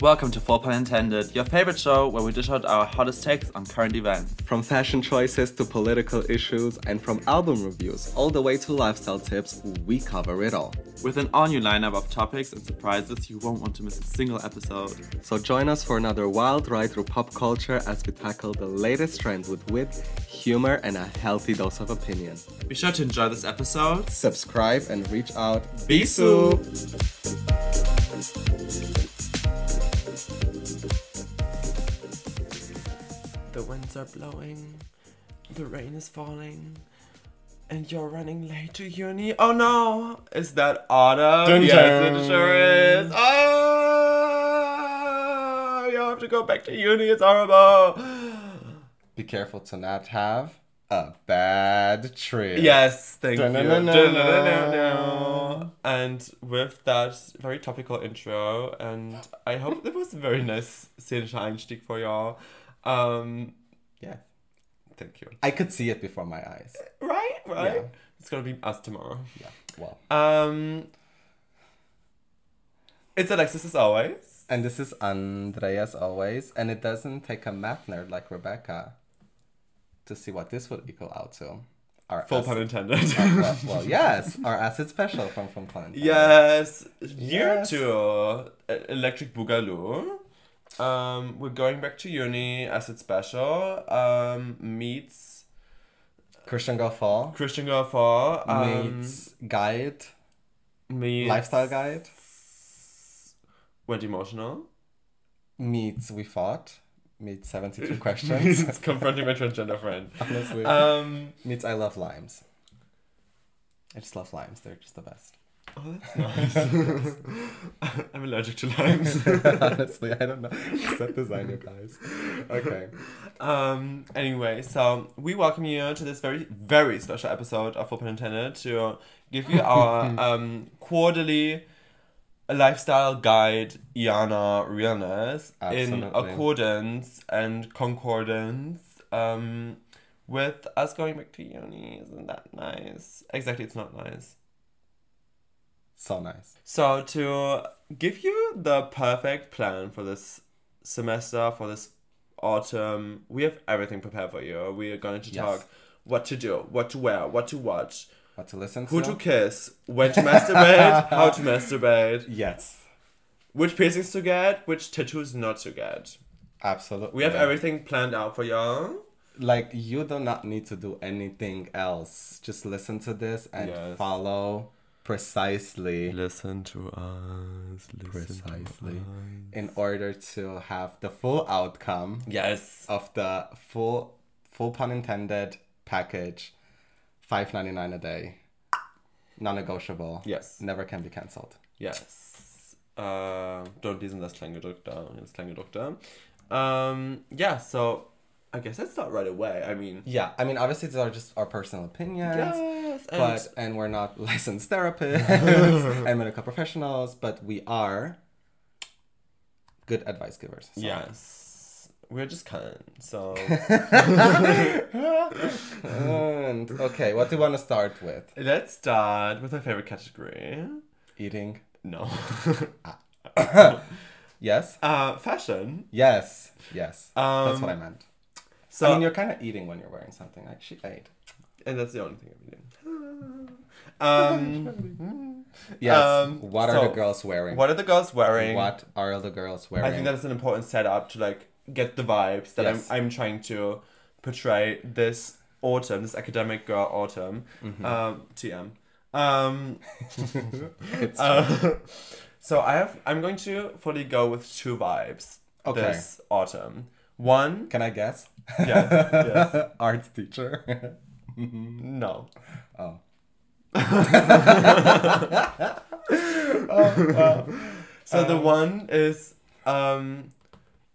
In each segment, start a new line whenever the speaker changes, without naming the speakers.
Welcome to Four Pun Intended, your favorite show where we dish out our hottest takes on current events.
From fashion choices to political issues, and from album reviews all the way to lifestyle tips, we cover it all.
With an all new lineup of topics and surprises, you won't want to miss a single episode.
So join us for another wild ride through pop culture as we tackle the latest trends with wit, humor, and a healthy dose of opinion.
Be sure to enjoy this episode.
Subscribe and reach out.
Bisu!
The winds are blowing, the rain is falling, and you're running late to uni. Oh no! Is that autumn?
Dun
yes,
dun.
it sure is. Oh, you have to go back to uni. It's horrible.
Be careful to not have a bad trip.
Yes, thank you.
Dun-dun-dun-dun.
Dun-dun-dun-dun-dun. And with that very topical intro, and I hope it was a very nice scenischer Einstieg for y'all. Um,
Yeah.
thank you.
I could see it before my eyes.
Right, right.
Yeah.
It's gonna be us tomorrow.
Yeah. Well.
Um, it's Alexis as always.
And this is Andreas always, and it doesn't take a math nerd like Rebecca to see what this would equal out to. Our
Full
ass-
pun intended.
well, well, yes, our acid special from from Clint.
yes, year
Yes.
two, E- Electric Boogaloo. Um, we're going back to uni as it's special. Um, meets
Christian Goffall
Christian Girl Fall. Um,
meets guide
meets
lifestyle guide
Went emotional.
meets we fought meets seventy two questions.
it's confronting my transgender friend.
Honestly,
Um,
meets I love limes. I just love limes. They're just the best.
oh, that's nice. I'm allergic to limes.
Honestly, I don't know. Set designer guys. Okay.
Um. Anyway, so we welcome you to this very, very special episode of Open Intended to give you our um quarterly lifestyle guide, Iana Realness, in
Absolutely.
accordance and concordance um with us going back to uni. Isn't that nice? Exactly, it's not nice.
So nice.
So to give you the perfect plan for this semester, for this autumn, we have everything prepared for you. We are going to
Yes.
talk what to do, what to wear, what to watch,
What to listen
who
to?
to kiss, when to masturbate, how to masturbate,
Yes.
which piercings to get, which tattoos not to get.
Absolutely.
We have everything planned out for y'all.
Like you do not need to do anything else. Just listen to this and
Yes.
follow precisely
Listen to us.
Precisely. in order to have the full outcome
Yes.
of the full full pun intended package. Five ninety nine a day. Non negotiable.
Yes.
Never can be cancelled.
Yes. Äh, dort diesen das Kleingedruckte, das Kleingedruckte. Um, yeah, so I guess let's start right away. I mean,
Yeah. I mean obviously these are just our personal opinions.
yes, and
but and we're not licensed therapists and medical professionals, but we are good advice givers. So,
yes, we're just cunt. So
And okay, what do you want to start with?
let's start with my favorite category.
Eating.
No,
Yes.
uh, fashion.
Yes. Yes. That's
Um,
what I meant.
So
I mean, you're kind of eating when you're wearing something. Like she ate.
and that's the only thing I'm eating. Um,
Yes.
Um,
what are
so,
the girls wearing?
what are the girls wearing?
What are the girls wearing?
I think that is an important setup to like get the vibes that
Yes.
I'm I'm trying to portray this autumn, this academic girl autumn.
Mm-hmm.
Um, TM. Um,
It's-
uh, so I have I'm going to fully go with two vibes
Okay.
this autumn. One,
Can I guess?
yes, yes,
Art teacher.
no.
Oh.
So the one is um,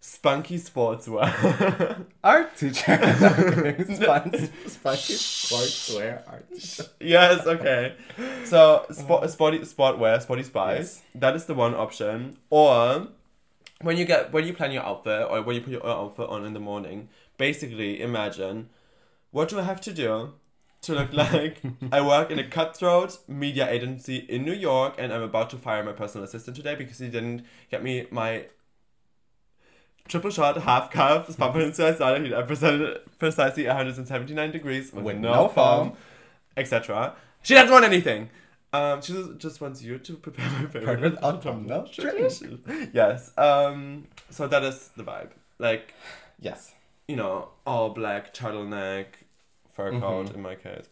spunky sportswear.
Art teacher. Spon- Spicy sportswear art teacher.
yes, okay. So spot, spotty sportwear, spotty spice. That is the one option. Or when you get when you plan your outfit or when you put your outfit on in the morning, basically imagine what do I have to do to look like I work in a cutthroat media agency in New York and I'm about to fire my personal assistant today because he didn't get me my triple shot half cup pumpkin spice latte heat at preci- precisely 179 degrees with,
With
no,
no
foam,
foam.
etc. She doesn't want anything. Um, she just- just wants you to prepare my favorite
Perfect autumn
autumnal
drink.
tradition. Yes. Um, so that is the vibe. Like
Yes.
you know, all black turtleneck, fur
Mhm.
coat in my case,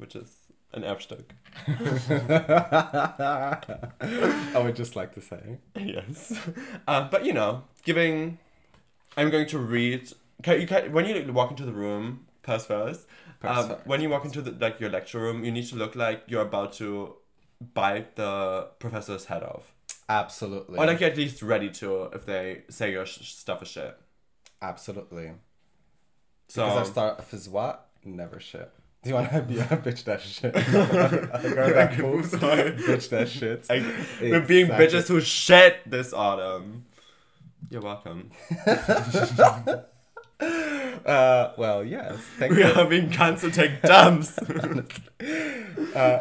which is an Erbstück.
I would just like to say.
Yes. Uh, but you know, giving. I'm going to read. Can, you can, when you walk into the room, purse first.
Purse
um,
first.
when you walk into the, like your lecture room, you need to look like you're about to bite the professor's head off,
Absolutely.
or like you're at least ready to if they say your sh- stuff is shit.
Absolutely.
So
Because I start off as what? Never shit. Do you want to be a bitch that shit? a girl that moves,
Sorry.
bitch that shit.
I- we're being
Exactly.
bitches who shit this autumn. You're welcome.
Uh, well, yes. Thank
We
you.
are being cancelled take dumps.
You are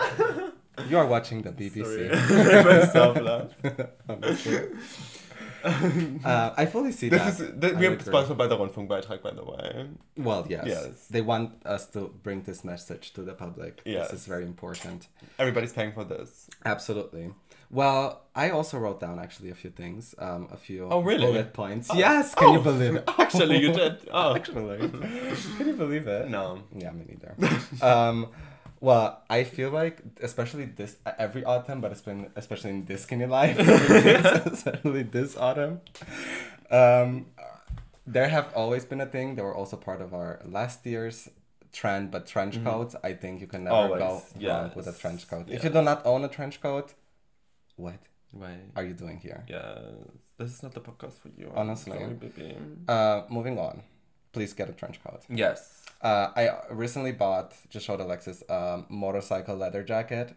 watching the BBC.
Myself laugh.
Uh, I fully see that.
This is th-
I
we're
agree.
sponsored by the Rundfunkbeitrag, by the way.
Well, yes.
Yes.
They want us to bring this message to the public.
Yes.
This is very important.
Everybody's paying for this.
Absolutely. Well, I also wrote down actually a few things, um, a few
Oh, really?
bullet points. Yes, can you
Oh,
believe it?
Actually, you did. Oh
Actually, can you believe it?
no.
Yeah, me neither. um, well, I feel like, especially this every autumn, but it's been especially in this skinny life, especially this autumn. Um, there have always been a thing. They were also part of our last year's trend, but trench coats. I think you can never go
Mm-hmm. Always,
wrong with a
yes,
trench coat. If
yes.
you do not own a trench coat, what
Wait.
are you doing here?
Yeah. This is not the podcast for you. I'm
Honestly.
Sorry, baby.
Uh, moving on. Please get a trench coat.
Yes.
Uh, I recently bought, just showed Alexis, um, motorcycle leather jacket.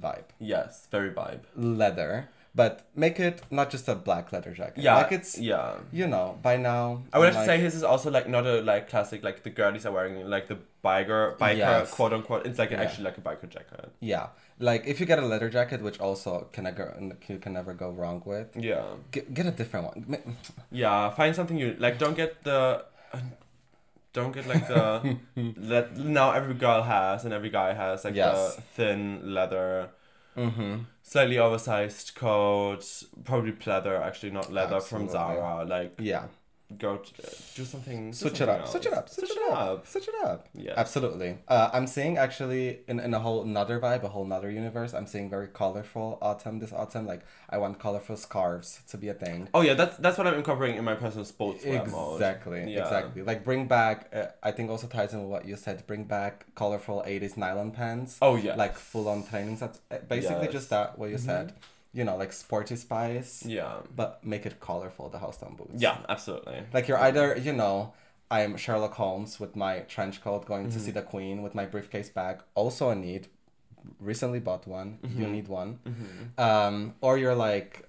Vibe.
Yes. Very vibe.
Leather. But make it not just a black leather jacket.
Yeah.
Like it's,
yeah.
you know, by now.
I would
I'm
have to say
like-
his is also like not a like classic like the girlies are wearing like the biker biker
Yes.
quote unquote. It's like
Yeah.
actually like a biker jacket.
Yeah. Like if you get a leather jacket, which also can, never- you can never go wrong with,
Yeah.
get, get a different one. Ma-
Yeah, find something you like. Don't get the, don't get like the that now every girl has and every guy has like
Yes.
the thin leather,
mm-hmm.
slightly oversized coat, probably pleather actually not leather
Absolutely.
from Zara. Like
Yeah.
go to, do something. do
Switch it,
something
up,
else.
switch it up, switch, it up, switch it up.
Yes.
absolutely. Uh, I'm seeing actually in, in a whole another vibe, a whole another universe. I'm seeing very colorful autumn this autumn. Like I want colorful scarves to be a thing.
Oh yeah, that's that's what I'm incorporating in my personal sportswear mode.
Exactly,
Yeah.
exactly. Like bring back. Uh, I think also ties in with what you said. Bring back colorful '80s nylon pants.
Oh yeah.
like full on trainings. That's uh, basically
Yes. Mm-hmm.
just that what you said. You know, like sporty spice,
yeah.
but make it colorful. The housetown boots.
Yeah, absolutely.
Like you're either, you know, I'm Sherlock Holmes with my trench coat going to see the Queen with my briefcase bag, also a need. Recently bought one. You need one.
Mm-hmm.
Um, or you're like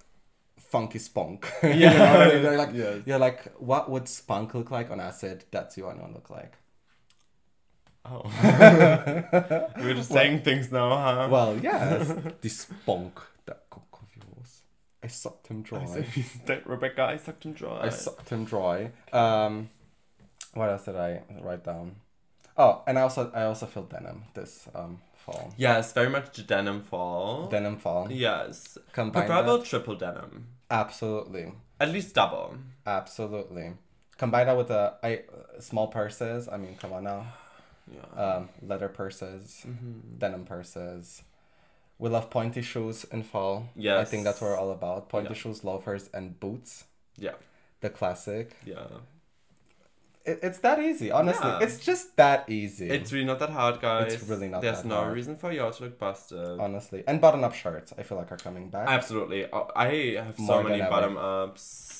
funky spunk. Yeah. you're like
Yes.
you're like, what would spunk look like on acid? That's you want to look like.
Oh. We're just saying things now, huh?
Well, yes. the spunk, that cock of yours. I sucked him dry.
that Rebecca, I sucked him dry.
I sucked him dry. Um, what else did I write down? Oh, and I also I also feel denim this um fall.
Yes, very much denim fall.
Denim fall.
yes.
Combine
Preferable
that.
triple denim.
Absolutely,
At least double.
absolutely. Combine that with the I small purses. I mean, come on now.
Yeah.
Um, leather purses, denim purses. We love pointy shoes in fall. Yeah, I think that's what we're
Yes.
all about. Pointy
Yeah.
shoes, loafers, and boots.
Yeah.
The classic.
Yeah.
It, it's that easy, honestly.
Yeah.
It's just that easy.
It's really not that hard, guys.
It's really not
There's
that
no
hard. Oh,
reason for y'all to look busted.
honestly. And button up shirts, I feel like are coming back.
Absolutely. Oh, I have so
More than
many
ever.
bottom ups.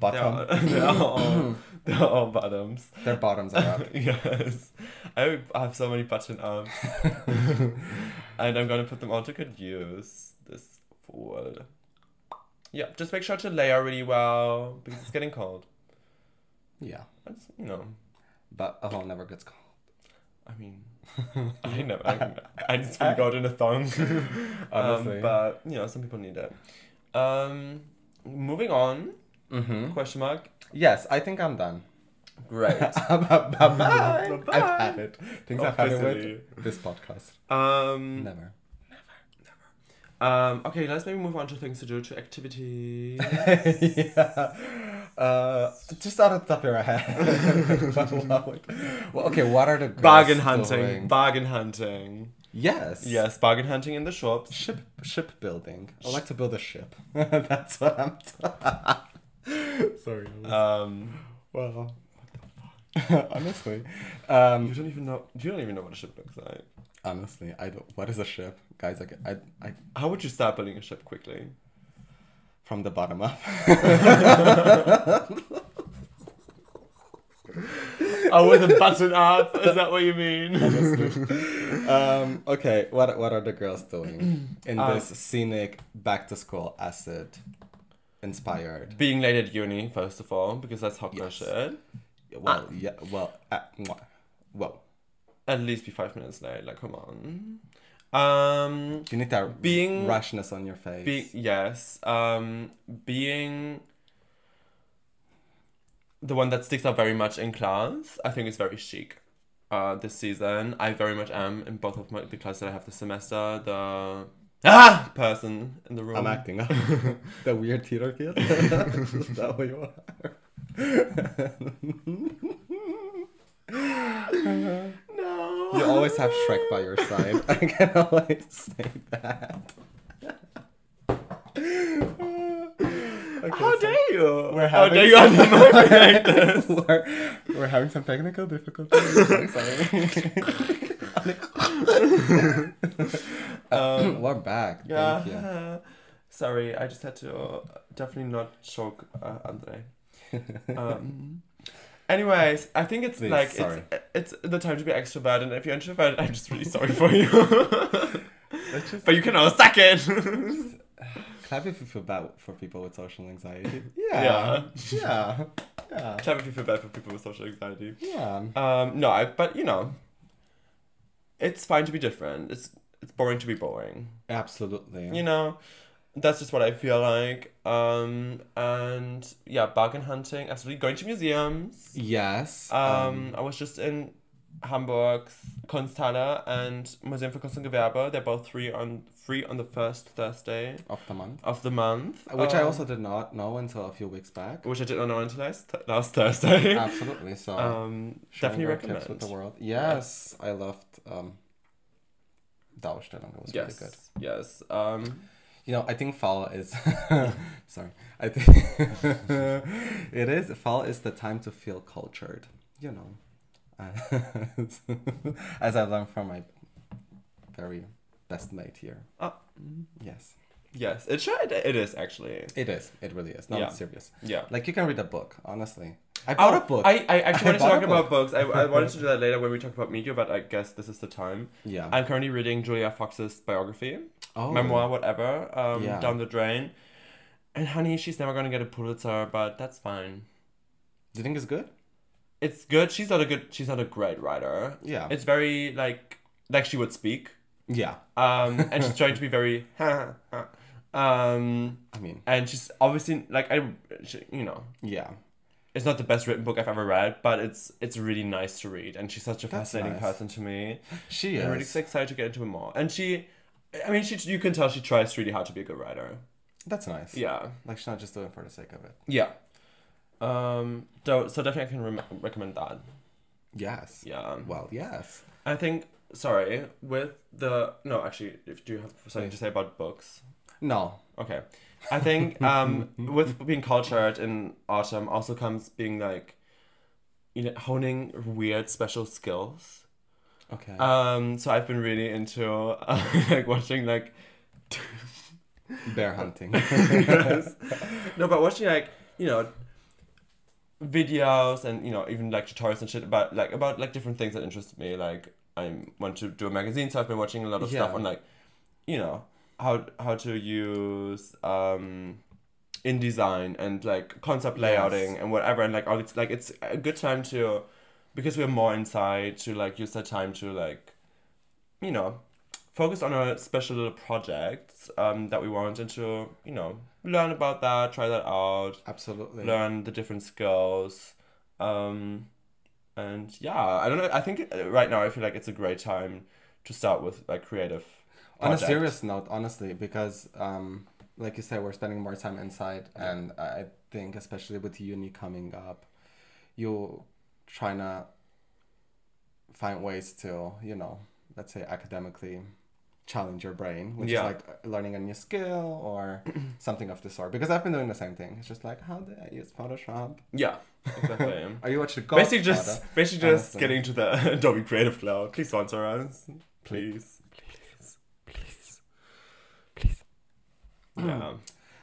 They are-
Bottom,
They're all, they're all bottoms.
their bottoms are up.
yes. I have so many button ups. and I'm gonna put them all to good use this fall. Yeah, just make sure to layer really well because it's getting cold.
yeah,
That's, you know.
but a hole never gets cold.
I mean, you know, I, I just feel God in a thong.
Honestly.
Um, but you know, some people need it. Um, moving on.
mm-hmm.
Question mark.
Yes, I think I'm done.
Great.
Bye-bye. I've had it. Things I've had it
Obviously.
with this podcast.
um.
Never.
Um. Okay, let's maybe move on to things to do, to activities.
yeah. Uh, just out of the top of your head. well, okay, what are the girls
bargain hunting.
doing?
Bargain hunting.
Yes.
Yes, bargain hunting in the shops.
Ship ship building. I like to build a ship. That's what I'm. T- Sorry. I was-
Um.
well. honestly, um,
You don't even know. You don't even know what a ship looks like.
honestly, I don't. What is a ship, guys? I, get- I, I
How would you start building a ship quickly?
from the bottom up.
Oh, with a button up. Is that what you mean?
um, okay, what what are the girls doing in
Um,
this scenic back to school acid inspired?
Being late at uni, first of all, because that's hot girl
Yes.
shit.
Well, yeah, well, uh, mwah. well,
At least be five minutes late. Like, come on. Um.
you need that
Being-
rashness on your face.
Be- yes. Um, being the one that sticks out very much in class, I think is very chic. Uh, this season, I very much am in both of my the classes that I have this semester. The ah person in the room.
I'm acting up. the weird theater kid. Is that what you are?
No.
you always have Shrek by your side. I can always say that. okay,
How
so-
dare you?
We're
How
having
dare you undermine me like this?
we're, we're having some technical difficulties. I'm sorry.
Um,
we're back. Thank you.
Yeah. Sorry, I just had to uh, definitely not shock uh, Andre. Um, anyways, I think it's
Please,
like
sorry.
it's it's the time to be extroverted. And if you're introverted, I'm just really sorry for you.
Let's just
but you can all suck it.
clap if you feel bad for people with social anxiety.
Yeah.
Yeah. Yeah.
Clap if you feel bad for people with social anxiety.
Yeah.
Um, no, I, but you know, it's fine to be different. It's it's boring to be boring.
Absolutely.
you know that's just what i feel like um and yeah bargain hunting absolutely going to museums
Yes.
um, i was just in hamburg's kunsthalle and museum for kunst und gewerbe they're both free on free on the first thursday
of the month.
of the month
Uh, Which I
um,
also did not know until a few weeks back.
which i did not know until last, th- last thursday
Oh. Absolutely. So
um
sharing
definitely
our tips with the
recommend
world. Yes, I loved um, Dauerstellung. It was
yes
really good.
yes um
You know, I think fall is. sorry, I think it is fall is the time to feel cultured. You know, as, as I've learned from my very best mate here. Mm-hmm.
Ah.
yes,
yes it should it is actually
it is. It really is. No,
Yeah.
it's serious.
yeah
Like you can read a book. Honestly, I bought
Oh,
a book.
I, I actually wanted to
I bought
talk
a
about books. I, I wanted to do that later when we talk about media, but I guess this is the time.
yeah.
I'm currently reading Julia Fox's biography,
oh.
memoir, whatever, um,
Yeah.
down the drain. And honey, she's never gonna get a Pulitzer, but that's fine.
Do you think it's good?
It's good. She's not a good. She's not a great writer.
Yeah.
It's very like like she would speak,
yeah.
um, and she's trying to be very. um,
I mean,
and she's obviously like I, she, you know,
yeah.
it's not the best written book I've ever read, but it's it's really nice to read, and she's such a
That's
fascinating
nice.
person to me.
She is.
I'm really excited to get into it more. And she, I mean, she you can tell she tries really hard to be a good writer.
That's nice.
Yeah,
Like she's not just doing it for the sake of it.
yeah. Um, so, so definitely I can rem- recommend that.
Yes.
Yeah,
Well, yes.
I think. Sorry, with the no, actually, if do you have something to say about books?
No.
Okay. I think um, with being cultured in autumn also comes being like, you know, honing weird special skills.
Okay.
Um, so I've been really into uh, like watching like,
Bear hunting.
yes. no, but watching like you know, videos and you know even like tutorials and shit about like about like different things that interest me. Like I want to do a magazine, so I've been watching a lot of stuff
Yeah.
on like, you know, how how to use um. InDesign and like concept
Yes.
layouting and whatever and like all it's like it's a good time to because we're more inside to like use that time to like, you know, focus on our special little projects um, that we want and to you know learn about that, try that out,
Absolutely.
learn the different skills. Um, and yeah, I don't know. I think uh, right now I feel like it's a great time to start with like creative.
On a
projects.
serious note, honestly, because um, like you said, we're spending more time inside, and I think especially with uni coming up, you trying to find ways to you know, let's say academically challenge your brain, which
Yeah.
is like learning a new skill or something of the sort. Because I've been doing the same thing. It's just like, how did I use Photoshop?
Yeah, exactly.
Are you watching God?
basically just basically just
Honestly.
getting to the Adobe Creative Cloud. Please sponsor us, please. Yeah.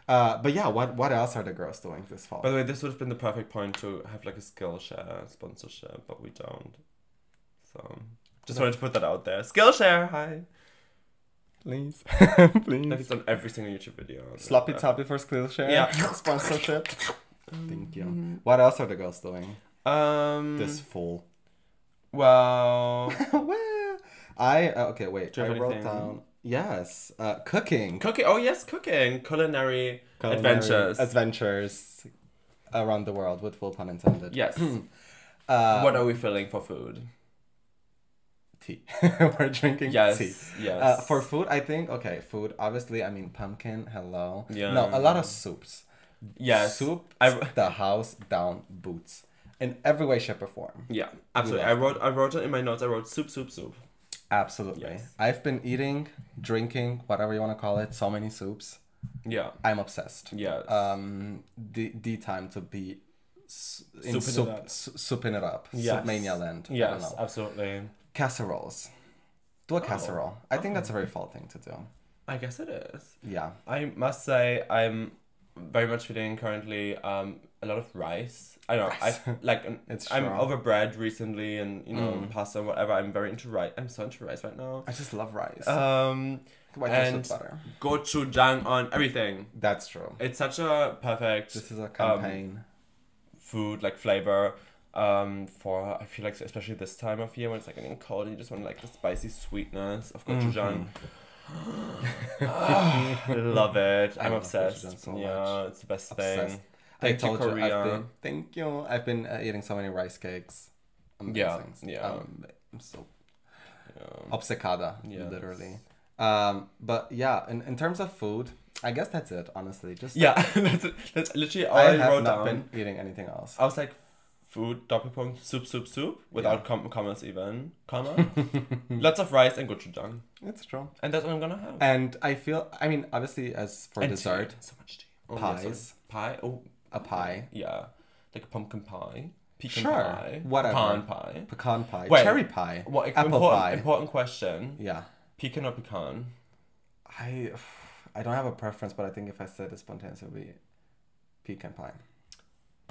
Uh, but yeah, what what else are the girls doing this fall?
By the way, this would have been the perfect point to have like a Skillshare sponsorship, but we don't. So just wanted to put that out there. Skillshare, hi.
please, please.
Like it's on every single YouTube video.
Sloppy toppy for Skillshare.
Uh, Yeah.
Sponsorship. Thank you. What else are the girls doing
Um.
this fall?
Well.
well, I uh, okay. Wait,
Do you have
I wrote
anything?
down. Yes, uh, cooking.
Cooking. Oh yes, cooking. Culinary,
Culinary
adventures.
Adventures around the world with full pun intended.
yes.
Uh,
what are we feeling for food?
tea? We're drinking
Yes.
tea.
Yes.
Uh, for food, I think okay. Food, obviously, I mean pumpkin. Hello.
Yeah.
No, a lot of soups.
yes.
Soup.
I-
the house down boots in every way, shape, or form.
Yeah, absolutely. I
love
wrote I wrote it in my notes. I wrote soup, soup, soup.
Absolutely.
Yes.
I've been eating, drinking, whatever you want to call it, so many soups.
Yeah.
I'm obsessed.
Yes.
Um, the the time to be s- in
Souping it
soup,
up.
s- souping it up.
Yes.
Soup mania land. I don't
yes, Oh.
know.
absolutely.
Casseroles. Do a casserole. I think that's a very fall thing to do.
I guess it is.
Yeah.
I must say I'm very much feeling currently um a lot of rice. I don't know. I like an-
It's Mm.
I'm
true.
over bread recently and you know pasta and whatever. I'm very into rice. I'm so into rice right now.
I just love rice.
Um
White rice
and-
with butter.
gochujang on everything.
That's true.
It's such a perfect
This is a campaign.
food like flavor um for i feel like especially this time of year when it's like getting cold and you just want like the spicy sweetness of gochujang
Mm-hmm.
I love it
I
i'm
love
obsessed
gochujang so
yeah
much.
it's the best
Obsessed.
thing Thank
I
you,
told you.
Korea.
I've been, thank you. I've been uh, eating so many rice cakes.
Yeah,
Amazing.
yeah.
Um, I'm so
yeah.
obcecada,
Yes.
literally. Um, but yeah, in, in terms of food, I guess that's it, honestly. Just
yeah that's, that's literally all
I
i,
have
wrote
not
down
been eating anything else.
i was like food doppelpunkt soup soup soup without com- commas even comma lots of rice and gochujang
It's true.
and that's what i'm gonna have
And I feel, I mean, obviously, as for
And tea.
dessert,
so much tea Oh, yeah, sorry.
Pies.
pie oh
a pie,
Yeah, like a pumpkin pie, pecan
Sure,
pie,
whatever.
pecan pie.
pecan pie,
Wait.
cherry pie,
What
apple
important,
pie.
important question?
Yeah.
Pecan or pecan?
I, I don't have a preference, but I think if I said it spontaneously, it would be pecan pie.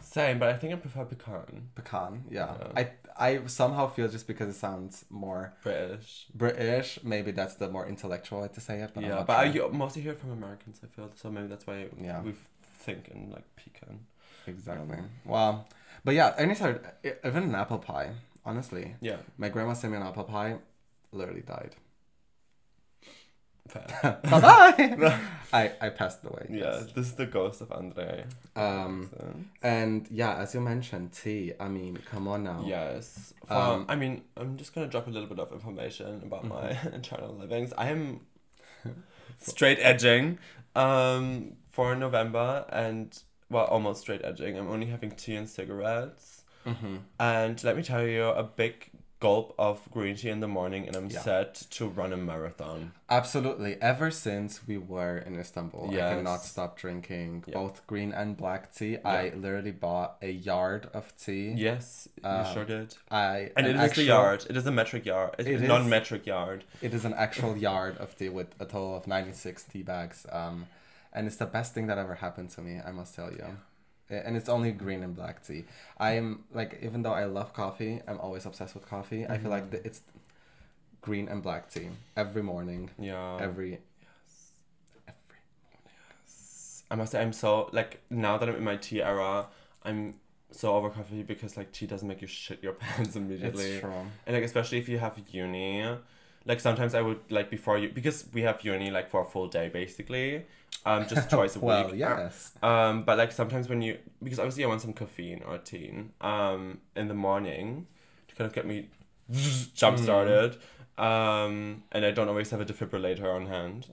Same, but I think I prefer pecan.
Pecan, yeah.
Yeah.
I, I somehow feel just because it sounds more
British.
British, maybe that's the more intellectual way to say it. But I'm
yeah,
not
but I
sure.
you mostly hear it from Americans. I feel so maybe that's why
Yeah.
we think in like pecan.
Exactly. Wow. Um, But yeah, any sort, e- even an apple pie, honestly.
Yeah,
My grandma sent me an apple pie, literally died.
fair.
bye bye! I, I passed away.
yeah, this is the ghost of Andre.
Um,
So,
and yeah, as you mentioned, tea. I mean, come on now.
yes. For,
Um,
I mean, I'm just gonna drop a little bit of information about my
Mm-hmm.
internal livings. I am straight edging um, for November and well, almost straight edging. I'm only having tea and cigarettes.
Mm-hmm.
And let me tell you, a big gulp of green tea in the morning, and I'm
Yeah.
set to run a marathon.
Absolutely. Ever since we were in Istanbul, I
Yes.
cannot stop drinking
Yeah.
both green and black tea. I literally bought a yard of tea.
Yes, you
Um,
sure did.
I
And it
an
is
actual-
the yard. It is a metric yard. It's
It
a
is.
non-metric yard.
It is an actual yard of tea with a total of 96 tea bags. Um, and it's the best thing that ever happened to me, I must tell you. A- And it's only green and black tea. I'm like, even though I love coffee, I'm always obsessed with coffee. I feel
Mm-hmm.
like the, it's green and black tea every morning,
Yeah.
every.
I must say, I'm so like now that I'm in my tea era, I'm so over coffee because like tea doesn't make you shit your pants immediately.
It's true.
And like especially if you have uni, like sometimes I would like before you because we have uni like for a full day basically, um just twice a
Well,
week.
yes.
Um, but like sometimes when you because obviously I want some caffeine or tea um in the morning to kind of get me jump started. Um, and I don't always have a defibrillator on hand.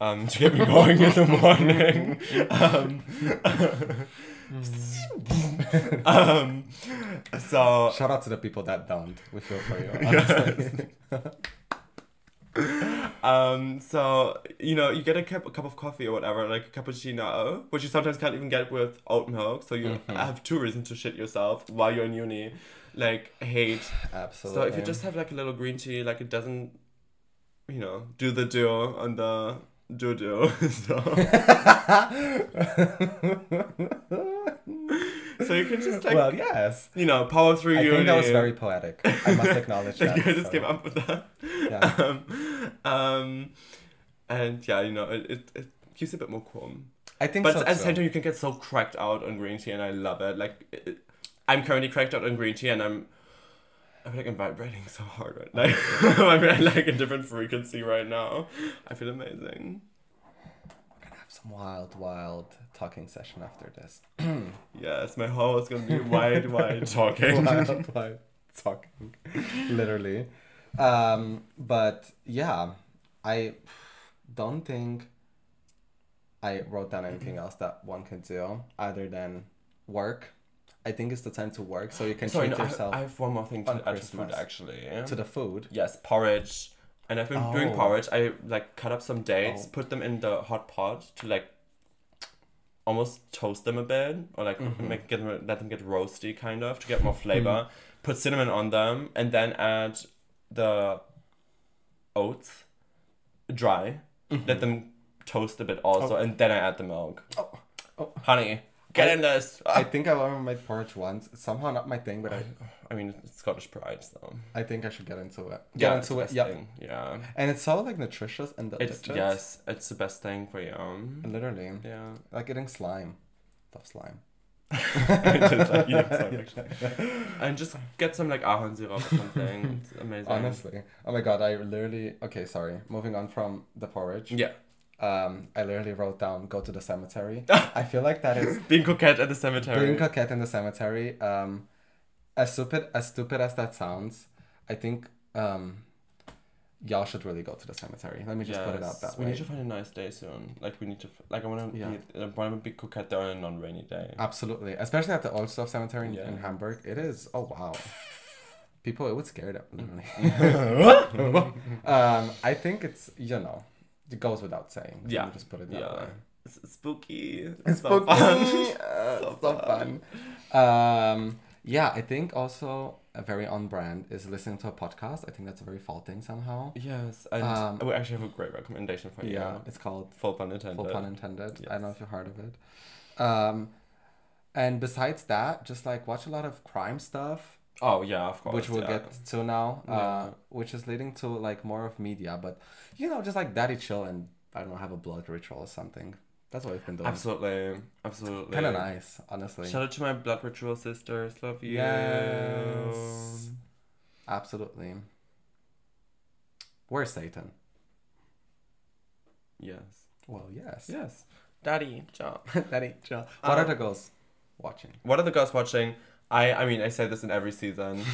Um, to get me going in the morning. Um, um, so
Shout out to the people that don't. We feel for you. Honestly.
Um, so you know, you get a cup, a cup of coffee or whatever, like a cappuccino, which you sometimes can't even get with oat milk. So you
Mm-hmm.
have two reasons to shit yourself while you're in uni, like hate.
Absolutely.
So if you just have like a little green tea, like it doesn't, you know, do the do on the do do. so so you can just like
well, yes.
you know power through
I
uni.
think that was very poetic. I must acknowledge
Like,
that.
I just
so,
give up with that.
Yeah.
Um, um, and yeah, you know, it, it, it keeps it a bit more calm.
I think
But
so.
at the same
too.
time, you can get so cracked out on green tea, and I love it. Like, it, it- I'm currently cracked out on green tea, and I'm, I feel like I'm vibrating so hard right now. I'm at like a different frequency right now. I feel amazing.
We're gonna have some wild, wild talking session after this.
Yes, my whole is gonna be wide, wide talking.
wild, wild talking. Literally. Um, but yeah, I don't think I wrote down anything else that one can do other than work. I think it's the time to work so you can
Sorry, no,
treat
I,
yourself
I have one more thing
on
to add to food
Christmas.
actually.
to the food.
Yes, porridge. And I've been doing
Oh.
porridge. I like cut up some dates,
Oh.
put them in the hot pot to like almost toast them a bit or like
Mm-hmm.
make get them, let them get roasty kind of to get
Hmm.
more flavor. put cinnamon on them and then add the oats dry. Let them toast a bit also and then I add the milk.
Mm-hmm. Oh. Oh.
Honey, get
I-
in this.
I
I,
think I learned my porridge once. It's somehow not my thing, but I,
I mean, it's Scottish pride, so.
I think I should get into it. Get
Yeah, it's
into
the
it.
best
Yeah.
thing. Yeah.
And it's so like nutritious and delicious.
It's yes, it's the best thing for you.
Literally.
Yeah.
Like eating slime. Love slime.
and just get some like ahorn syrup or something. It's amazing.
Honestly. Oh my god, I literally okay, sorry. Moving on from the porridge.
Yeah.
Um, I literally wrote down go to the cemetery. I feel like that is
Being coquette at the cemetery.
being coquette in the cemetery. Um as stupid as stupid as that sounds, I think um y'all should really go to the cemetery. Let me just put it out
Yes.
that
We
way.
need to find a nice day soon. Like we need to f- like I want to
Yeah. Ah.
be I want to be coquette there on a non rainy day.
Absolutely. Especially at the Olstorf Cemetery in, in
Yeah.
Hamburg. It is oh wow. People it would scare them literally.
Mm.
um, I think it's you know, it goes without saying. Let me
Yeah.
Just put it that
yeah.
way.
It's it's spooky. It's, so
Spooky.
fun.
Uh,
So
so fun.
fun.
Um, yeah, I think also a very on brand is listening to a podcast. I think that's a very fall thing somehow.
Yes, and
Um,
we actually have a great recommendation for you.
Yeah, it's called
Full pun intended.
Full Pun Intended. I don't know
Yes.
if you heard of it. Um, and besides that, just like watch a lot of crime stuff.
Oh yeah, of course.
which we'll
yeah.
get to now, uh,
Yeah.
which is leading to like more of media, but you know, just like daddy chill and I don't know, have a blood ritual or something. That's what we've been doing.
Absolutely, absolutely.
Kind of nice, honestly.
Shout out to my blood ritual sisters. Love you.
Yes. Absolutely. Where's Satan?
Yes.
Well, yes.
Yes. Daddy, job.
daddy chill. What are
Um,
the girls watching?
What are the girls watching? I I mean I say this in every season.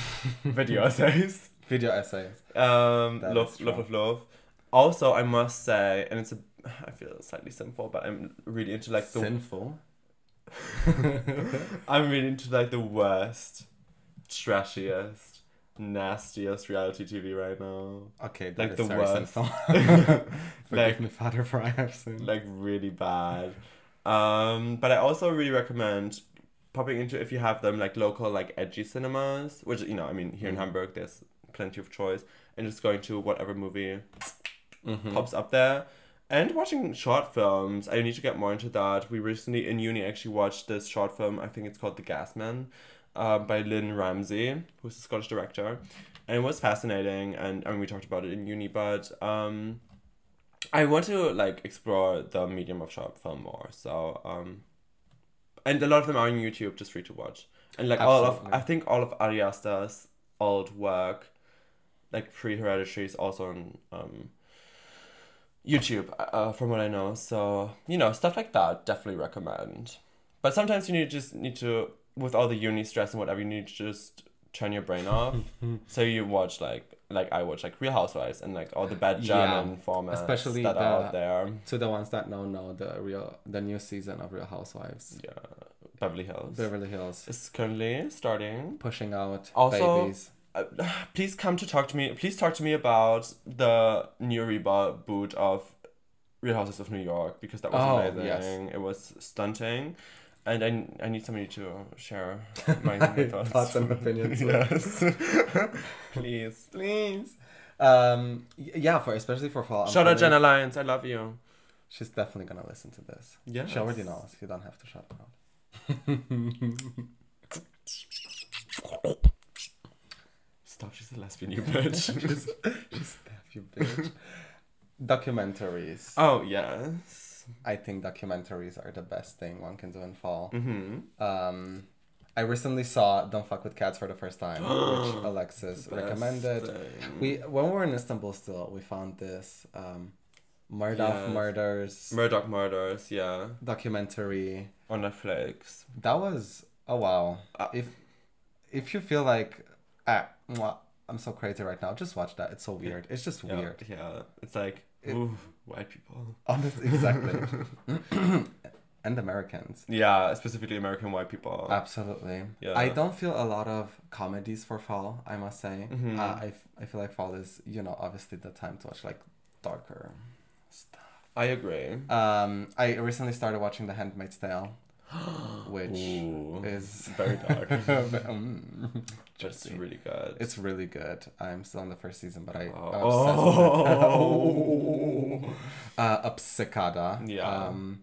Video essays.
Video essays.
Um,
That is
love,
true.
love, love, love. Also, I must say, and it's a, I feel slightly sinful, but I'm really into like the,
Sinful.
I'm really into like the worst, trashiest, nastiest reality TV right now.
Okay, that
Like
is
the
very
worst.
sinful. Forgive
Like-
me, Father, for I have sinned.
like really bad. Um, but I also really recommend popping into if you have them like local like edgy cinemas, which you know I mean here in
Mhm.
Hamburg there's plenty of choice, and just going to whatever movie
Mhm.
pops up there. And watching short films, I need to get more into that. We recently in uni actually watched this short film. I think it's called The Gasman, uh, by Lynn Ramsey, who's a Scottish director, and it was fascinating. And I mean, we talked about it in uni, but um, I want to like explore the medium of short film more. So um, and a lot of them are on YouTube, just free to watch. And like all
Absolutely.
of I think all of Ariasta's old work, like pre hereditary is also on um YouTube, uh, from what I know. So, you know, stuff like that definitely recommend. But sometimes you need just need to with all the uni stress and whatever, you need to just turn your brain off. so you watch like like I watch like Real Housewives and like all the bad
Yeah.
German formats
Especially
that are
the-
out there.
To the ones that know, know the real, the new season of Real Housewives,
Yeah. Beverly Hills.
Beverly Hills,
It's currently starting.
pushing out
Also-
babies.
Uh, please come to talk to me. Please talk to me about the new reboot of Real Houses of New York because that was
Oh,
amazing.
yes.
It was stunting, and I, I need somebody to share my, my thoughts.
Thoughts and opinions.
yes, please.
Please. Um. y- Yeah. For especially for fall. I'm
Shout out
planning-
Jenna Lyons. I love you.
She's definitely gonna listen to this.
Yeah.
She already knows. You don't have to shout her out.
Stop. She's a lesbian, you bitch.
If you bitch. documentaries.
oh yes.
I think documentaries are the best thing one can do in fall.
Mm-hmm.
Um, I recently saw Don't Fuck with Cats for the first time, which Alexis recommended. We when we were in Istanbul, still we found this um, Murdoch
Yes.
murders
Murdoch Murders. Yeah,
documentary.
on Netflix.
That was oh wow.
Uh,
if if you feel like ah, mwah, I'm so crazy right now, just watch that. It's so weird. It's just
Yeah,
weird.
Yeah, it's like
It-
ooh, white people.
Honestly, exactly. and Americans.
Yeah, specifically American white people.
Absolutely.
Oh. Yeah.
Uh, I don't feel a lot of comedies for fall, I must say.
Mhm.
Uh, I, f- I feel like fall is, you know, obviously the time to watch like darker stuff.
I agree.
Um, I recently started watching The Handmaid's Tale, which
Ooh,
is
very dark.
Mm.
That's
Interesting.
really good.
It's really good. I'm still on the first season, but I.
oh.
Oh. uh, Upsikada.
Yeah.
Um,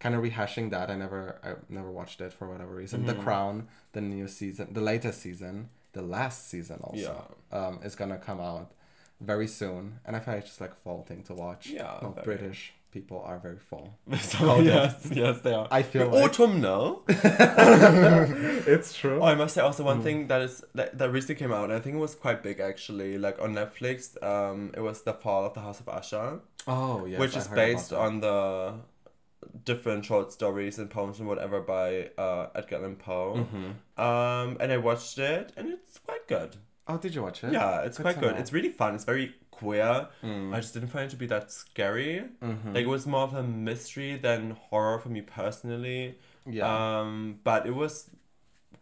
kind of rehashing that. I never, I never watched it for whatever reason. The
Mhm.
Crown, the new season, the latest season, the last season also, um, is gonna come out very soon, and I find it's just like a fall thing to watch.
Yeah,
Well,
very.
British people are very fall.
yeah. So,
Oh,
yes, yes, they are.
I feel
You're
like-
autumnal.
it's true.
Oh, I must say also one
Hmm.
thing that is that, that recently came out. And I think it was quite big actually. Like on Netflix, um, it was the fall of the House of Usher.
Oh yeah.
which is based on the different short stories and poems and whatever by uh, Edgar Allan Poe.
Mm-hmm.
Um, and I watched it, and it's quite good.
Oh, did you watch it?
Yeah, it's
Good
quite
to
good.
know.
It's really fun. It's very queer.
Mm.
I just didn't find it to be that scary.
Mhm.
Like it was more of a mystery than horror for me personally.
Yeah.
Um, but it was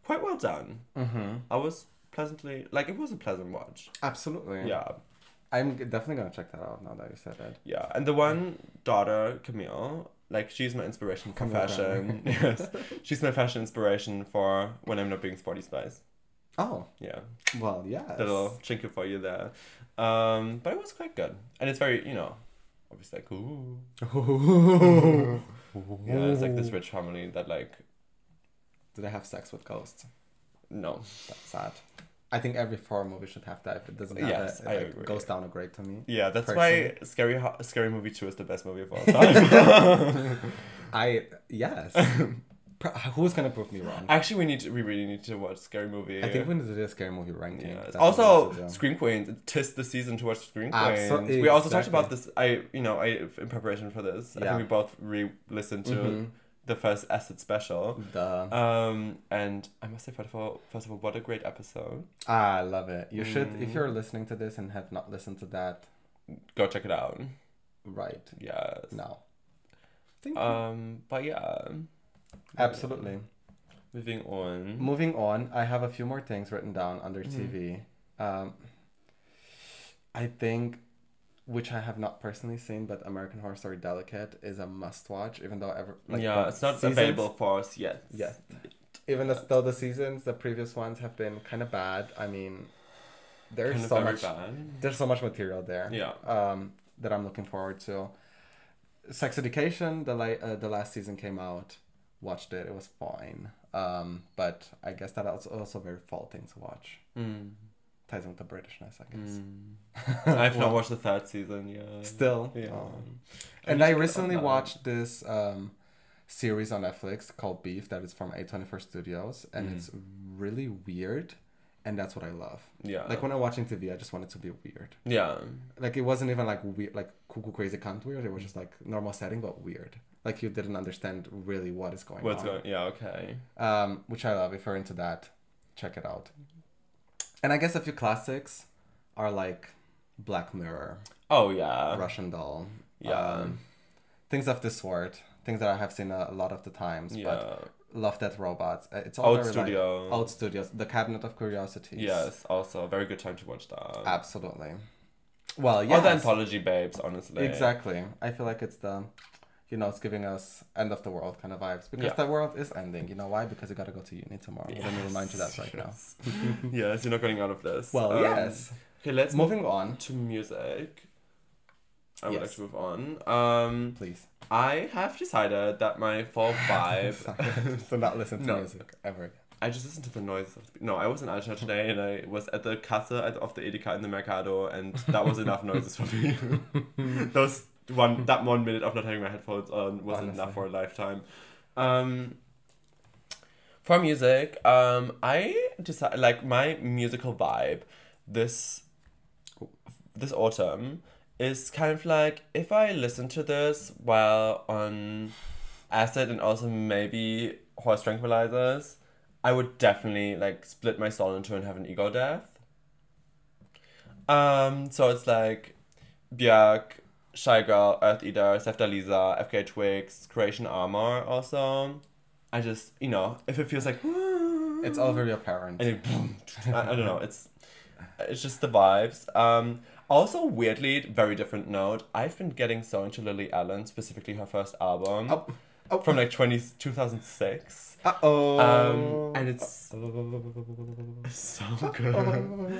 quite well done.
mm-hmm.
I was pleasantly like it was a pleasant watch.
Absolutely.
Yeah.
I'm g- definitely gonna check that out now that you said it.
Yeah, and the one daughter, Camille, like she's my inspiration for
Camille
fashion. yes, she's my fashion inspiration for when I'm not being sporty spice.
Oh
Yeah,
well, yes.
the little trinket for you there. Um, but it was quite good, and it's very you know, obviously like ooh, yeah, it's like this rich family that like
Do they have sex with ghosts?
no,
That's sad. I think every horror movie should have that. If it doesn't have
Yes,
that, it
I
like,
agree.
goes down a grade to me.
yeah, that's
Personally.
why scary Ho- scary movie two is the best movie of all time.
I yes. Pr- Who's gonna prove me wrong? I,
Actually, we need to, we really need to watch scary movie.
think we need to do a scary movie ranking.
Yeah.
That's what we need to
Also,
do.
Scream Queens. Tis the season to watch Scream Queens.
Abso-
We also talked
exactly.
about this. I, you know, I in preparation for this, I
Yeah.
think we both re-listened to
Mhm.
the first Acid
Mm-hmm.
special.
the
Um, and I must say, first of all, first of all, what a great episode!
Ah, I love it. You should if
Mm.
you're listening to this and have not listened to that
Go check it out.
right
Yes.
now. Thank you.
Um, but yeah,
Absolutely.
moving on.
Moving on, I have a few more things written down under
Mm-hmm.
TV. Um, I think, which I have not personally seen, but American Horror Story Delicate is a must watch, even though ever
yeah,
the
it's not
seasons-
available for us yet.
Yes. Even as though the seasons, the previous ones have been kind of bad. I mean, there's
kind of
so
very
much.
bad.
There's so much material there.
Yeah.
Um, that I'm looking forward to. Sex Education, the la- uh, the last season came out. Watched it. It was fine. Um, but I guess that also also a very fall thing to watch.
Mm.
Ties in with the Britishness, I guess.
Mm. I've not watched the third season yet.
Still.
Yeah.
um,
I'm
and
just
I
gonna
recently
upload it.
watched this um, series on Netflix called Beef that is from A24 Studios, and
Mm.
it's really weird, and that's what I love.
Yeah.
Like when I'm watching TV, I just want it to be weird.
yeah.
Like it wasn't even like weird, like cuckoo crazy cunt weird. It was just like normal setting but weird. Like you didn't understand really what is going
What's
on.
going? Yeah. Okay.
Um, which I love. If you're into that, check it out. And I guess a few classics are like Black Mirror,
Oh yeah.
Russian Doll, um,
Yeah.
things of this sort. Things that I have seen a, a lot of the times,
yeah.
but love Death Robots. Uh, It's all
Old
very, like,
Studio.
Old Studios, The Cabinet of Curiosities.
Yes. Also, very good time to watch that.
absolutely. Well,
All the
yeah,
anthology babes, honestly.
exactly. I feel like it's the, you know, it's giving us end of the world kind of vibes because
Yeah.
the world is ending. You know why? Because you gotta go to uni tomorrow. Let me remind you that right now.
yes. now. yes, you're not getting out of this.
Well,
Um,
yes.
Okay, let's move
Moving on,
to music. I would like
Yes.
to move on. Um,
please.
I have decided that my fall vibe.
Sorry. so not listen to
No.
music ever again.
I just listened to the noise of. The, no, I was in Alta today, and I was at the casa at, of the Edeka in the Mercado, and that was enough noises for me. Those one that one minute of not having my headphones on was
Honestly.
enough for a lifetime. Um, for music, um, I decided like my musical vibe this this autumn is kind of like if I listen to this while on acid and also maybe horse tranquilizers, I would definitely like split my soul into and have an ego death. Um, so it's like Björk, Shy Girl, Earth Eater, Sefta Lisa, FK Twigs, Croatian Armor also. I just, you know, if it feels like
It's all very apparent.
and it, I, I don't know. It's it's just the vibes. Um, also weirdly, very different note. I've been getting so into Lily Allen, specifically her first album
Oh, oh.
from like 20, 2006.
Uh oh.
Um, and it's so good.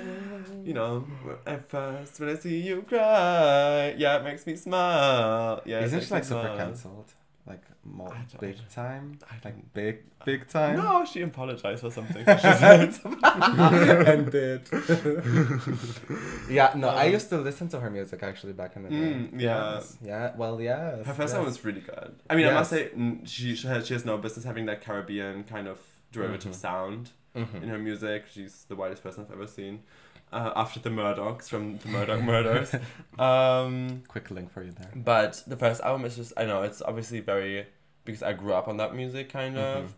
You know, at first when I see you cry, yeah, it makes me smile. Yeah, it
Isn't
makes
she like
me
super
smile.
cancelled? Like more
I don't-
big time?
I don't-
Like big big time?
No, she apologized for something. She said.
and did. yeah, no, I
Um,
used to listen to her music actually back in the day.
Mm, yeah.
Yes. Yeah, well yes.
Her first
yes.
one was really good. I mean, I must say
Yes.
mm, she she has, she has no business having that Caribbean kind of derivative
Mhm.
sound
Mhm.
in her music. She's the whitest person I've ever seen. Uh, after the Murdochs from the Murdoch Murders, um,
Quick link for you there.
but the first album is just I know it's obviously very because I grew up on that music kind of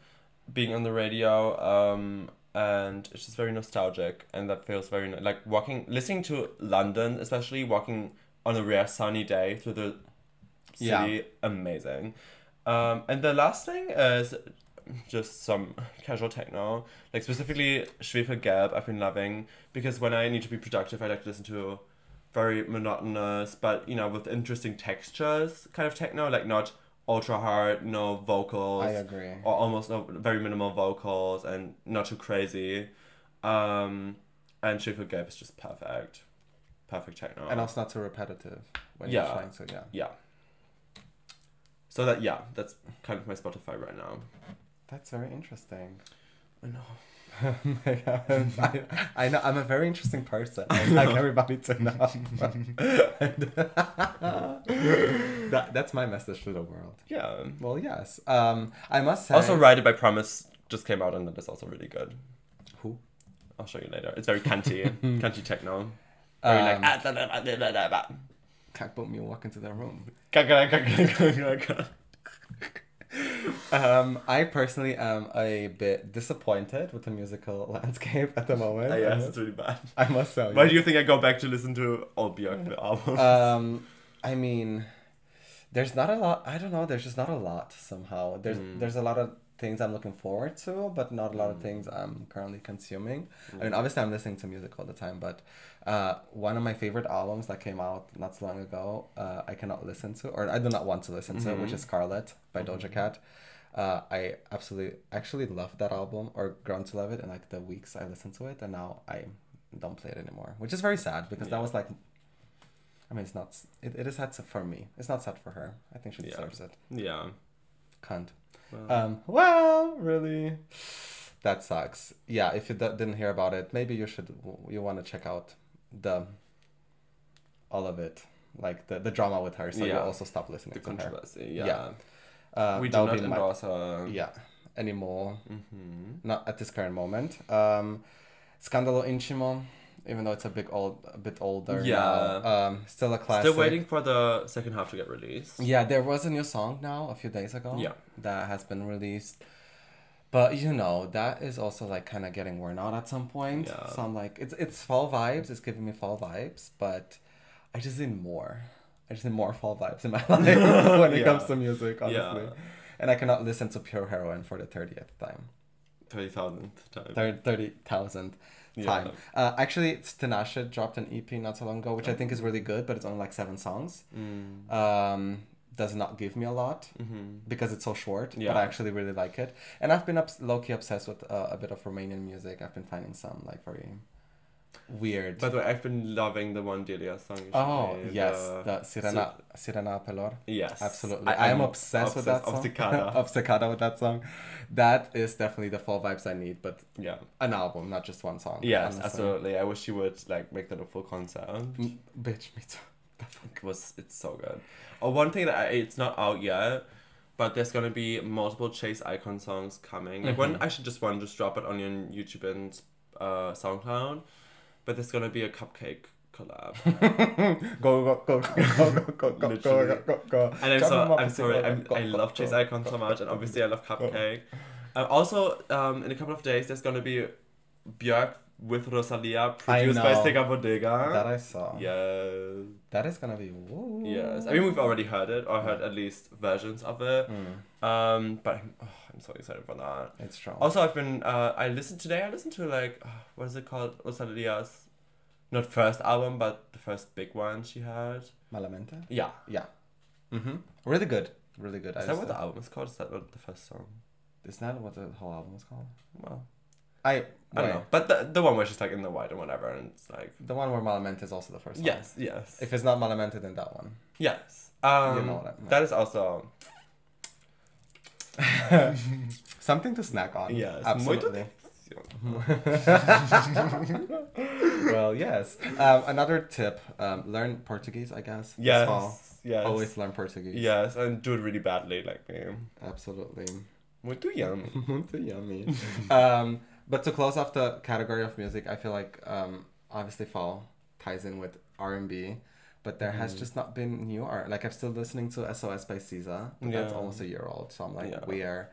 being on the radio um, and it's just very nostalgic and that feels very ni- like walking listening to London especially walking on a rare sunny day through the city
Yeah.
amazing um, and the last thing is just some casual techno like specifically Schwefel Gelb I've been loving because when I need to be productive I like to listen to very monotonous but you know with interesting textures kind of techno like not ultra hard no vocals
I agree.
or almost no, very minimal vocals and not too crazy. Um, and Sheffield Gabe is just perfect, perfect techno.
And also not too repetitive when
Yeah.
you're trying to yeah.
yeah. So that yeah, that's kind of my Spotify right now.
That's very interesting.
I know.
Oh my God. I, I know I'm a very interesting person. I like everybody to know. And- that, that's my message to the world.
Yeah.
Well, yes. Um, I must say.
Also, Ride It by Promise just came out and that is also really good.
Who?
I'll show you later. It's very canty, canty techno. Very like
Um,
ah, da, da, da, da, da, da, da.
Kakbo Mew walk into their room.
Ka, ka, ka, ka, ka, ka, ka.
Um, I personally am a bit disappointed with the musical landscape at the moment.
Ah,
I
yes, it's
must-
really bad.
I must tell you.
Why do you think I go back to listen to old
Uh,
Björk albums?
um, I mean, there's not a lot. I don't know. There's just not a lot somehow. There's
Mm.
there's a lot of things I'm looking forward to, but not a lot of things I'm currently consuming. I
Mm.
mean, obviously I'm listening to music all the time, but uh, one of my favorite albums that came out not so long ago, uh, I cannot listen to, or I do not want to listen to,
Mm-hmm.
which is Scarlet by Doja Cat. Uh, I absolutely actually loved that album or grown to love it in like the weeks I listened to it and now I don't play it anymore, which is very sad because that
Yeah.
was like I mean, it's not. s- It, it is sad for me. It's not sad for her. I think she
Yeah. Mm-hmm.
deserves it.
yeah.
Cunt.
Well,
Um. Well, really, that sucks. Yeah. If you d- didn't hear about it, maybe you should. You want to check out the all of it, like the the drama with her, so
Yeah.
you'll also stop listening
the
to her.
controversy, yeah.
Yeah. Uh,
we
that
do
would
not
be my-
endorse her.
yeah anymore.
hmm
Not at this current moment. Um, Scandalo Intimo, even though it's a big old, a bit older.
Yeah.
now, um, still a classic.
Still waiting for the second half to get released.
Yeah, there was a new song now a few days ago.
Yeah.
That has been released. But you know, that is also like kind of getting worn out at some point.
Yeah.
So I'm like, it's it's fall vibes, it's giving me fall vibes, but I just need more. I just need more fall vibes in my life when it
Yeah.
comes to music,
Yeah.
honestly. And I cannot listen to Pure Heroine for the 30th time.
Thirty thousandth time.
Thir- 30,000
Yeah.
time. Uh, actually, it's Tinashe dropped an EP not so long ago, which I think is really good, but it's only like seven songs.
Mm.
Um, does not give me a lot
hmm
because it's so short,
Yeah.
but I actually really like it. And I've been ups- low key obsessed with uh, a bit of Romanian music. I've been finding some like very weird.
By the way, I've been loving the one Delia song. you
oh
showed me,
yes,
the-
the Sirena Sirena Pelor.
yes,
Absolutely, I, am obsessed, with that song.
Obcecada.
Obcecada with that song. That is definitely the fall vibes I need, but
yeah.
an album, not just one song.
Yes,
honestly.
absolutely. I wish you would like make that a full concert.
M- bitch, me too. The fuck?
It was it's so good. Oh, one thing that I, it's not out yet, but there's gonna be multiple Chase Icon songs coming. Like
Mm-hmm.
one, I should just one just drop it on your YouTube and uh, SoundCloud. But there's gonna be a cupcake collab,
Go go go go go go go go go
Literally.
go go.
and I'm
Drop them
so
up
I'm
and sing
sorry.
go,
I'm,
go,
I
go,
love
go.
Chase Icon so much, and obviously I love cupcake. Uh, also, um, in a couple of days, there's gonna be Björk with Rosalia produced by
know.
Sega Bodega.
That I saw.
yes.
That is gonna be woo.
Yes, I mean we've already heard it or heard at least versions of it.
Mm,
Um, but I'm, oh, I'm so excited for that.
it's strong.
Also, I've been uh, I listened today. I listened to like uh, what is it called? Rosalia's not first album, but the first big one she had.
Malamenta.
Yeah,
Yeah. Mm-hmm. Really good. Really
is
good. I
that
just-
what the album is called? Is that what the first song?
Isn't that what the whole album was called?
Well,
I
I don't know. But the the one where she's like in the white and whatever, and it's like
The one where Malamenta is also the first. One.
yes, yes,
If it's not Malamenta, then that one.
yes. Um,
know what I meant.
that is also
Something to snack on.
yes,
Absolutely.
Muito
well, yes. Um, another tip: um, learn Portuguese. I guess. as well.
Yes, yes,
Always learn Portuguese.
yes, and do it really badly like me.
Absolutely.
Muito yummy.
Muito yummy. um, but to close off the category of music, I feel like um, obviously fall ties in with R and B, but there
Mm-hmm.
has just not been new art. Like I'm still listening to SOS by SZA, but that's
Yeah.
almost a year old. So I'm like,
Yeah.
we are,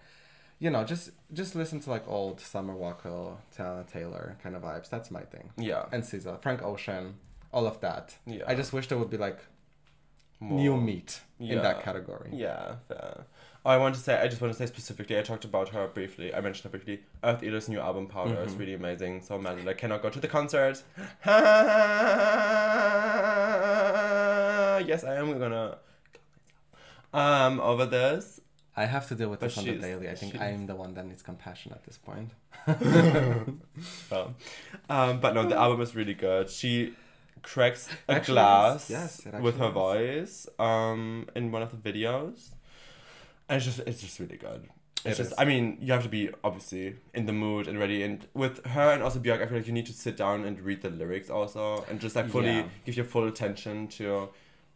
you know, just just listen to like old Summer Walker, Tiana Taylor kind of vibes. That's my thing.
Yeah.
And SZA, Frank Ocean, all of that.
Yeah.
I just wish there would be like
More.
new meat in that
Yeah.
category.
Yeah, fair. Oh, I want to say, I just want to say specifically, I talked about her briefly. I mentioned her briefly. Earth Eater's new album, Powder,
Mm-hmm.
is really amazing. So mad that I cannot go to the concert. yes, I am gonna. Um, over this.
I have to deal with
But
this on the
she's-
daily. I think
she's-
I'm the one that needs compassion at this point.
Um, um, but no, the album is really good. She cracks a
Actually
glass
is. Yes, it
with her
actually
voice um, in one of the videos, and it's just it's just really good. It's
It
just
is.
I mean you have to be obviously in the mood and ready and with her and also Björk I feel like you need to sit down and read the lyrics also and just like fully
Yeah.
give your full attention to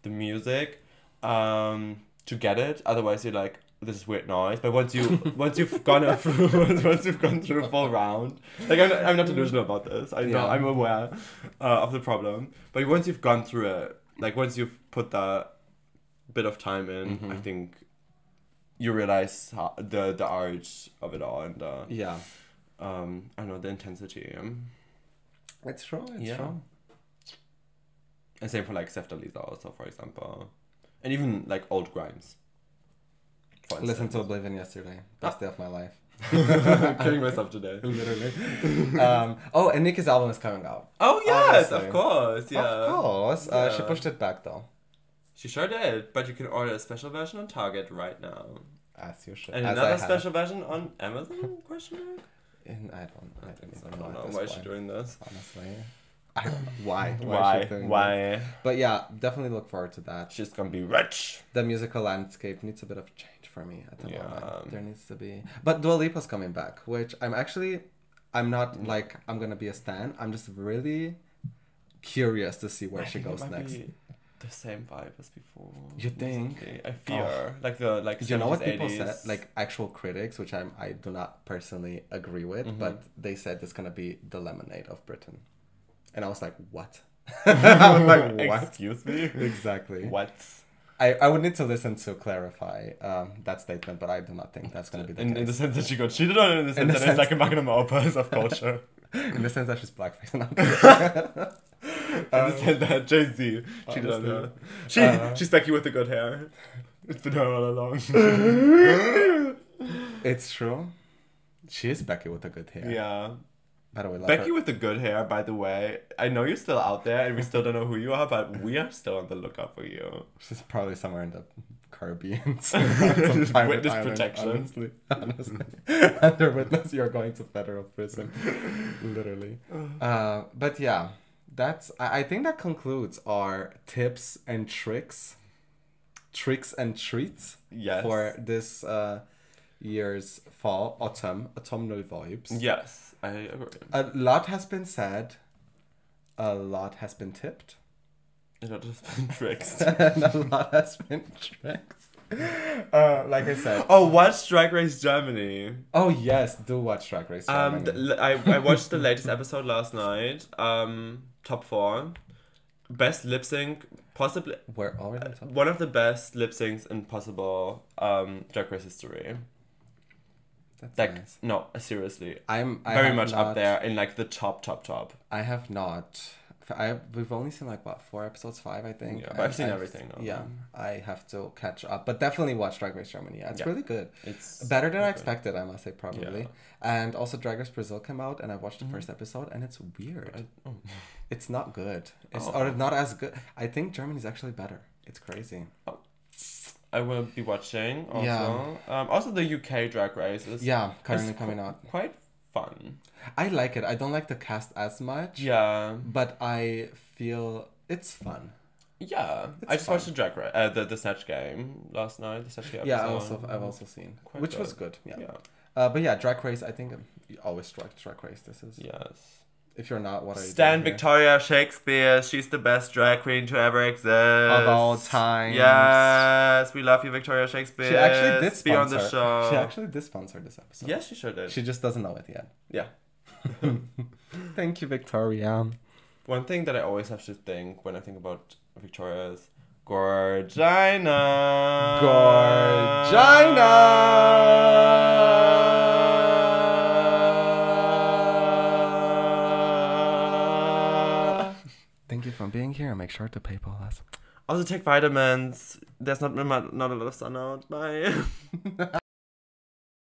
the music um, to get it. Otherwise, you're like, this is weird noise. But once you once you've gone through once you've gone through a full round, like I'm, I'm not delusional about this. I know
Yeah.
I'm aware uh, of the problem. But once you've gone through it, like once you've put that bit of time in,
Mm-hmm.
I think you realize how, the the art of it all and uh,
Yeah,
um, I don't know the intensity.
it's true. It's
Yeah.
true.
And same for like Sefta Lisa also, for example, and even like old Grimes. for
Listen
instance.
to Oblivion yesterday.
Ah.
Best day of my life.
I'm killing myself today.
Literally. um, oh, and Nicki's album is coming out.
Oh yes,
Obviously.
of course, yeah.
Of course. Uh, she
Yeah.
pushed it back though.
She sure did, but you can order a special version on Target right now,
As you should.
and
As I
another
have.
special version on Amazon? Question mark.
And I don't. I
I
don't,
think so.
even
I
know
don't
at
know
this
why
point,
she's doing this.
Honestly, I don't know why.
Why?
she's doing that.
Why?
But yeah, definitely look forward to that.
She's gonna be rich.
The musical landscape needs a bit of change for me at the
Yeah.
moment. There needs to be. But Dua Lipa's coming back, which I'm actually, I'm not
Mm.
like I'm gonna be a stan. I'm just really curious to see where she goes next.
The the same vibe as before.
You think?
recently. I fear like the like.
Do you know what
70s,
people
80s.
said? Like actual critics, which I'm, I do not personally agree with,
Mm-hmm.
but they said it's gonna be the lemonade of Britain, and I was like, what? I was like, what?
Excuse me.
exactly.
what?
I, I would need to listen to clarify um, that statement, but I do not think that's gonna be the
In, in the
case.
sense that she got cheated on, in the sense
the
that
sense-
it's like a magnum opus of culture.
In the sense that she's blackface. and I'm-
in the sense that Jay Z cheated on her. She
Uh,
she's Becky with the good hair. It's been her all along.
it's true. She is Becky with a good hair.
yeah.
By the way, love
Becky
her.
with the good hair, by the way. I know you're still out there and we still don't know who you are, but we are still on the lookout for you.
She's probably somewhere in the Caribbean.
Witness protection.
Honestly, honestly. Under witness, you're going to federal prison. Literally. Uh, but yeah, that's. I, I think that concludes our tips and tricks, tricks and treats
Yes.
for this uh, year's fall, autumn, autumnal vibes.
Yes, I agree.
A lot has been said. A lot has been tipped.
It not just been tricks.
and a lot has been tricks. Uh, like I said.
Oh, watch Drag Race Germany.
Oh yes, do watch Drag Race.
Um,
Germany.
the, I, I watched the latest episode last night. Um, top four, best lip sync, possibly
We're already talking.
one of the best lip syncs in possible um Drag Race history.
That's
Like,
nice.
no, seriously,
I'm I
very
have
much
not-
up there in like the top, top, top.
I have not. I we've only seen like what four episodes, five I think.
Yeah, but I've
I-
seen everything now.
Yeah, I have to catch up, but definitely watch Drag Race Germany. Yeah, It's
Yeah.
really good,
It's
better than I
okay.
expected. I must say probably.
Yeah. Mm-hmm.
And also Drag Race Brazil came out, and I watched the first episode, and it's weird.
I- oh.
It's not good. It's
Oh.
or not as good. I think Germany's actually better. It's crazy.
I will be watching. Also.
Yeah.
Um, also the UK Drag Race is
Yeah, currently
it's
coming
qu-
out.
Quite fun.
I like it. I don't like the cast as much.
Yeah.
but I feel it's fun.
Yeah,
It's
I just
fun.
watched the drag ra- uh, the the snatch game last night. The snatch game.
Yeah, I
episode.
also I've also seen,
Quite
which
good.
was good. Yeah.
yeah.
Uh, but yeah, Drag Race. I think um, you always strike Drag Race. This is
Yes.
if you're not what are you
Stan
doing here?
Victoria Shakespeare. She's the best drag queen to ever exist of
all times.
Yes, we love you, Victoria Shakespeare.
She actually did
be
sponsor.
on the show.
She actually did sponsor this episode.
yes, she sure did.
She just doesn't know it yet.
yeah.
Thank you, Victoria.
One thing that I always have to think when I think about Victoria's Gorgina.
Gorgina. Thank you for being here. Make sure to PayPal us.
Also take vitamins. There's not not a lot of sun out. Bye.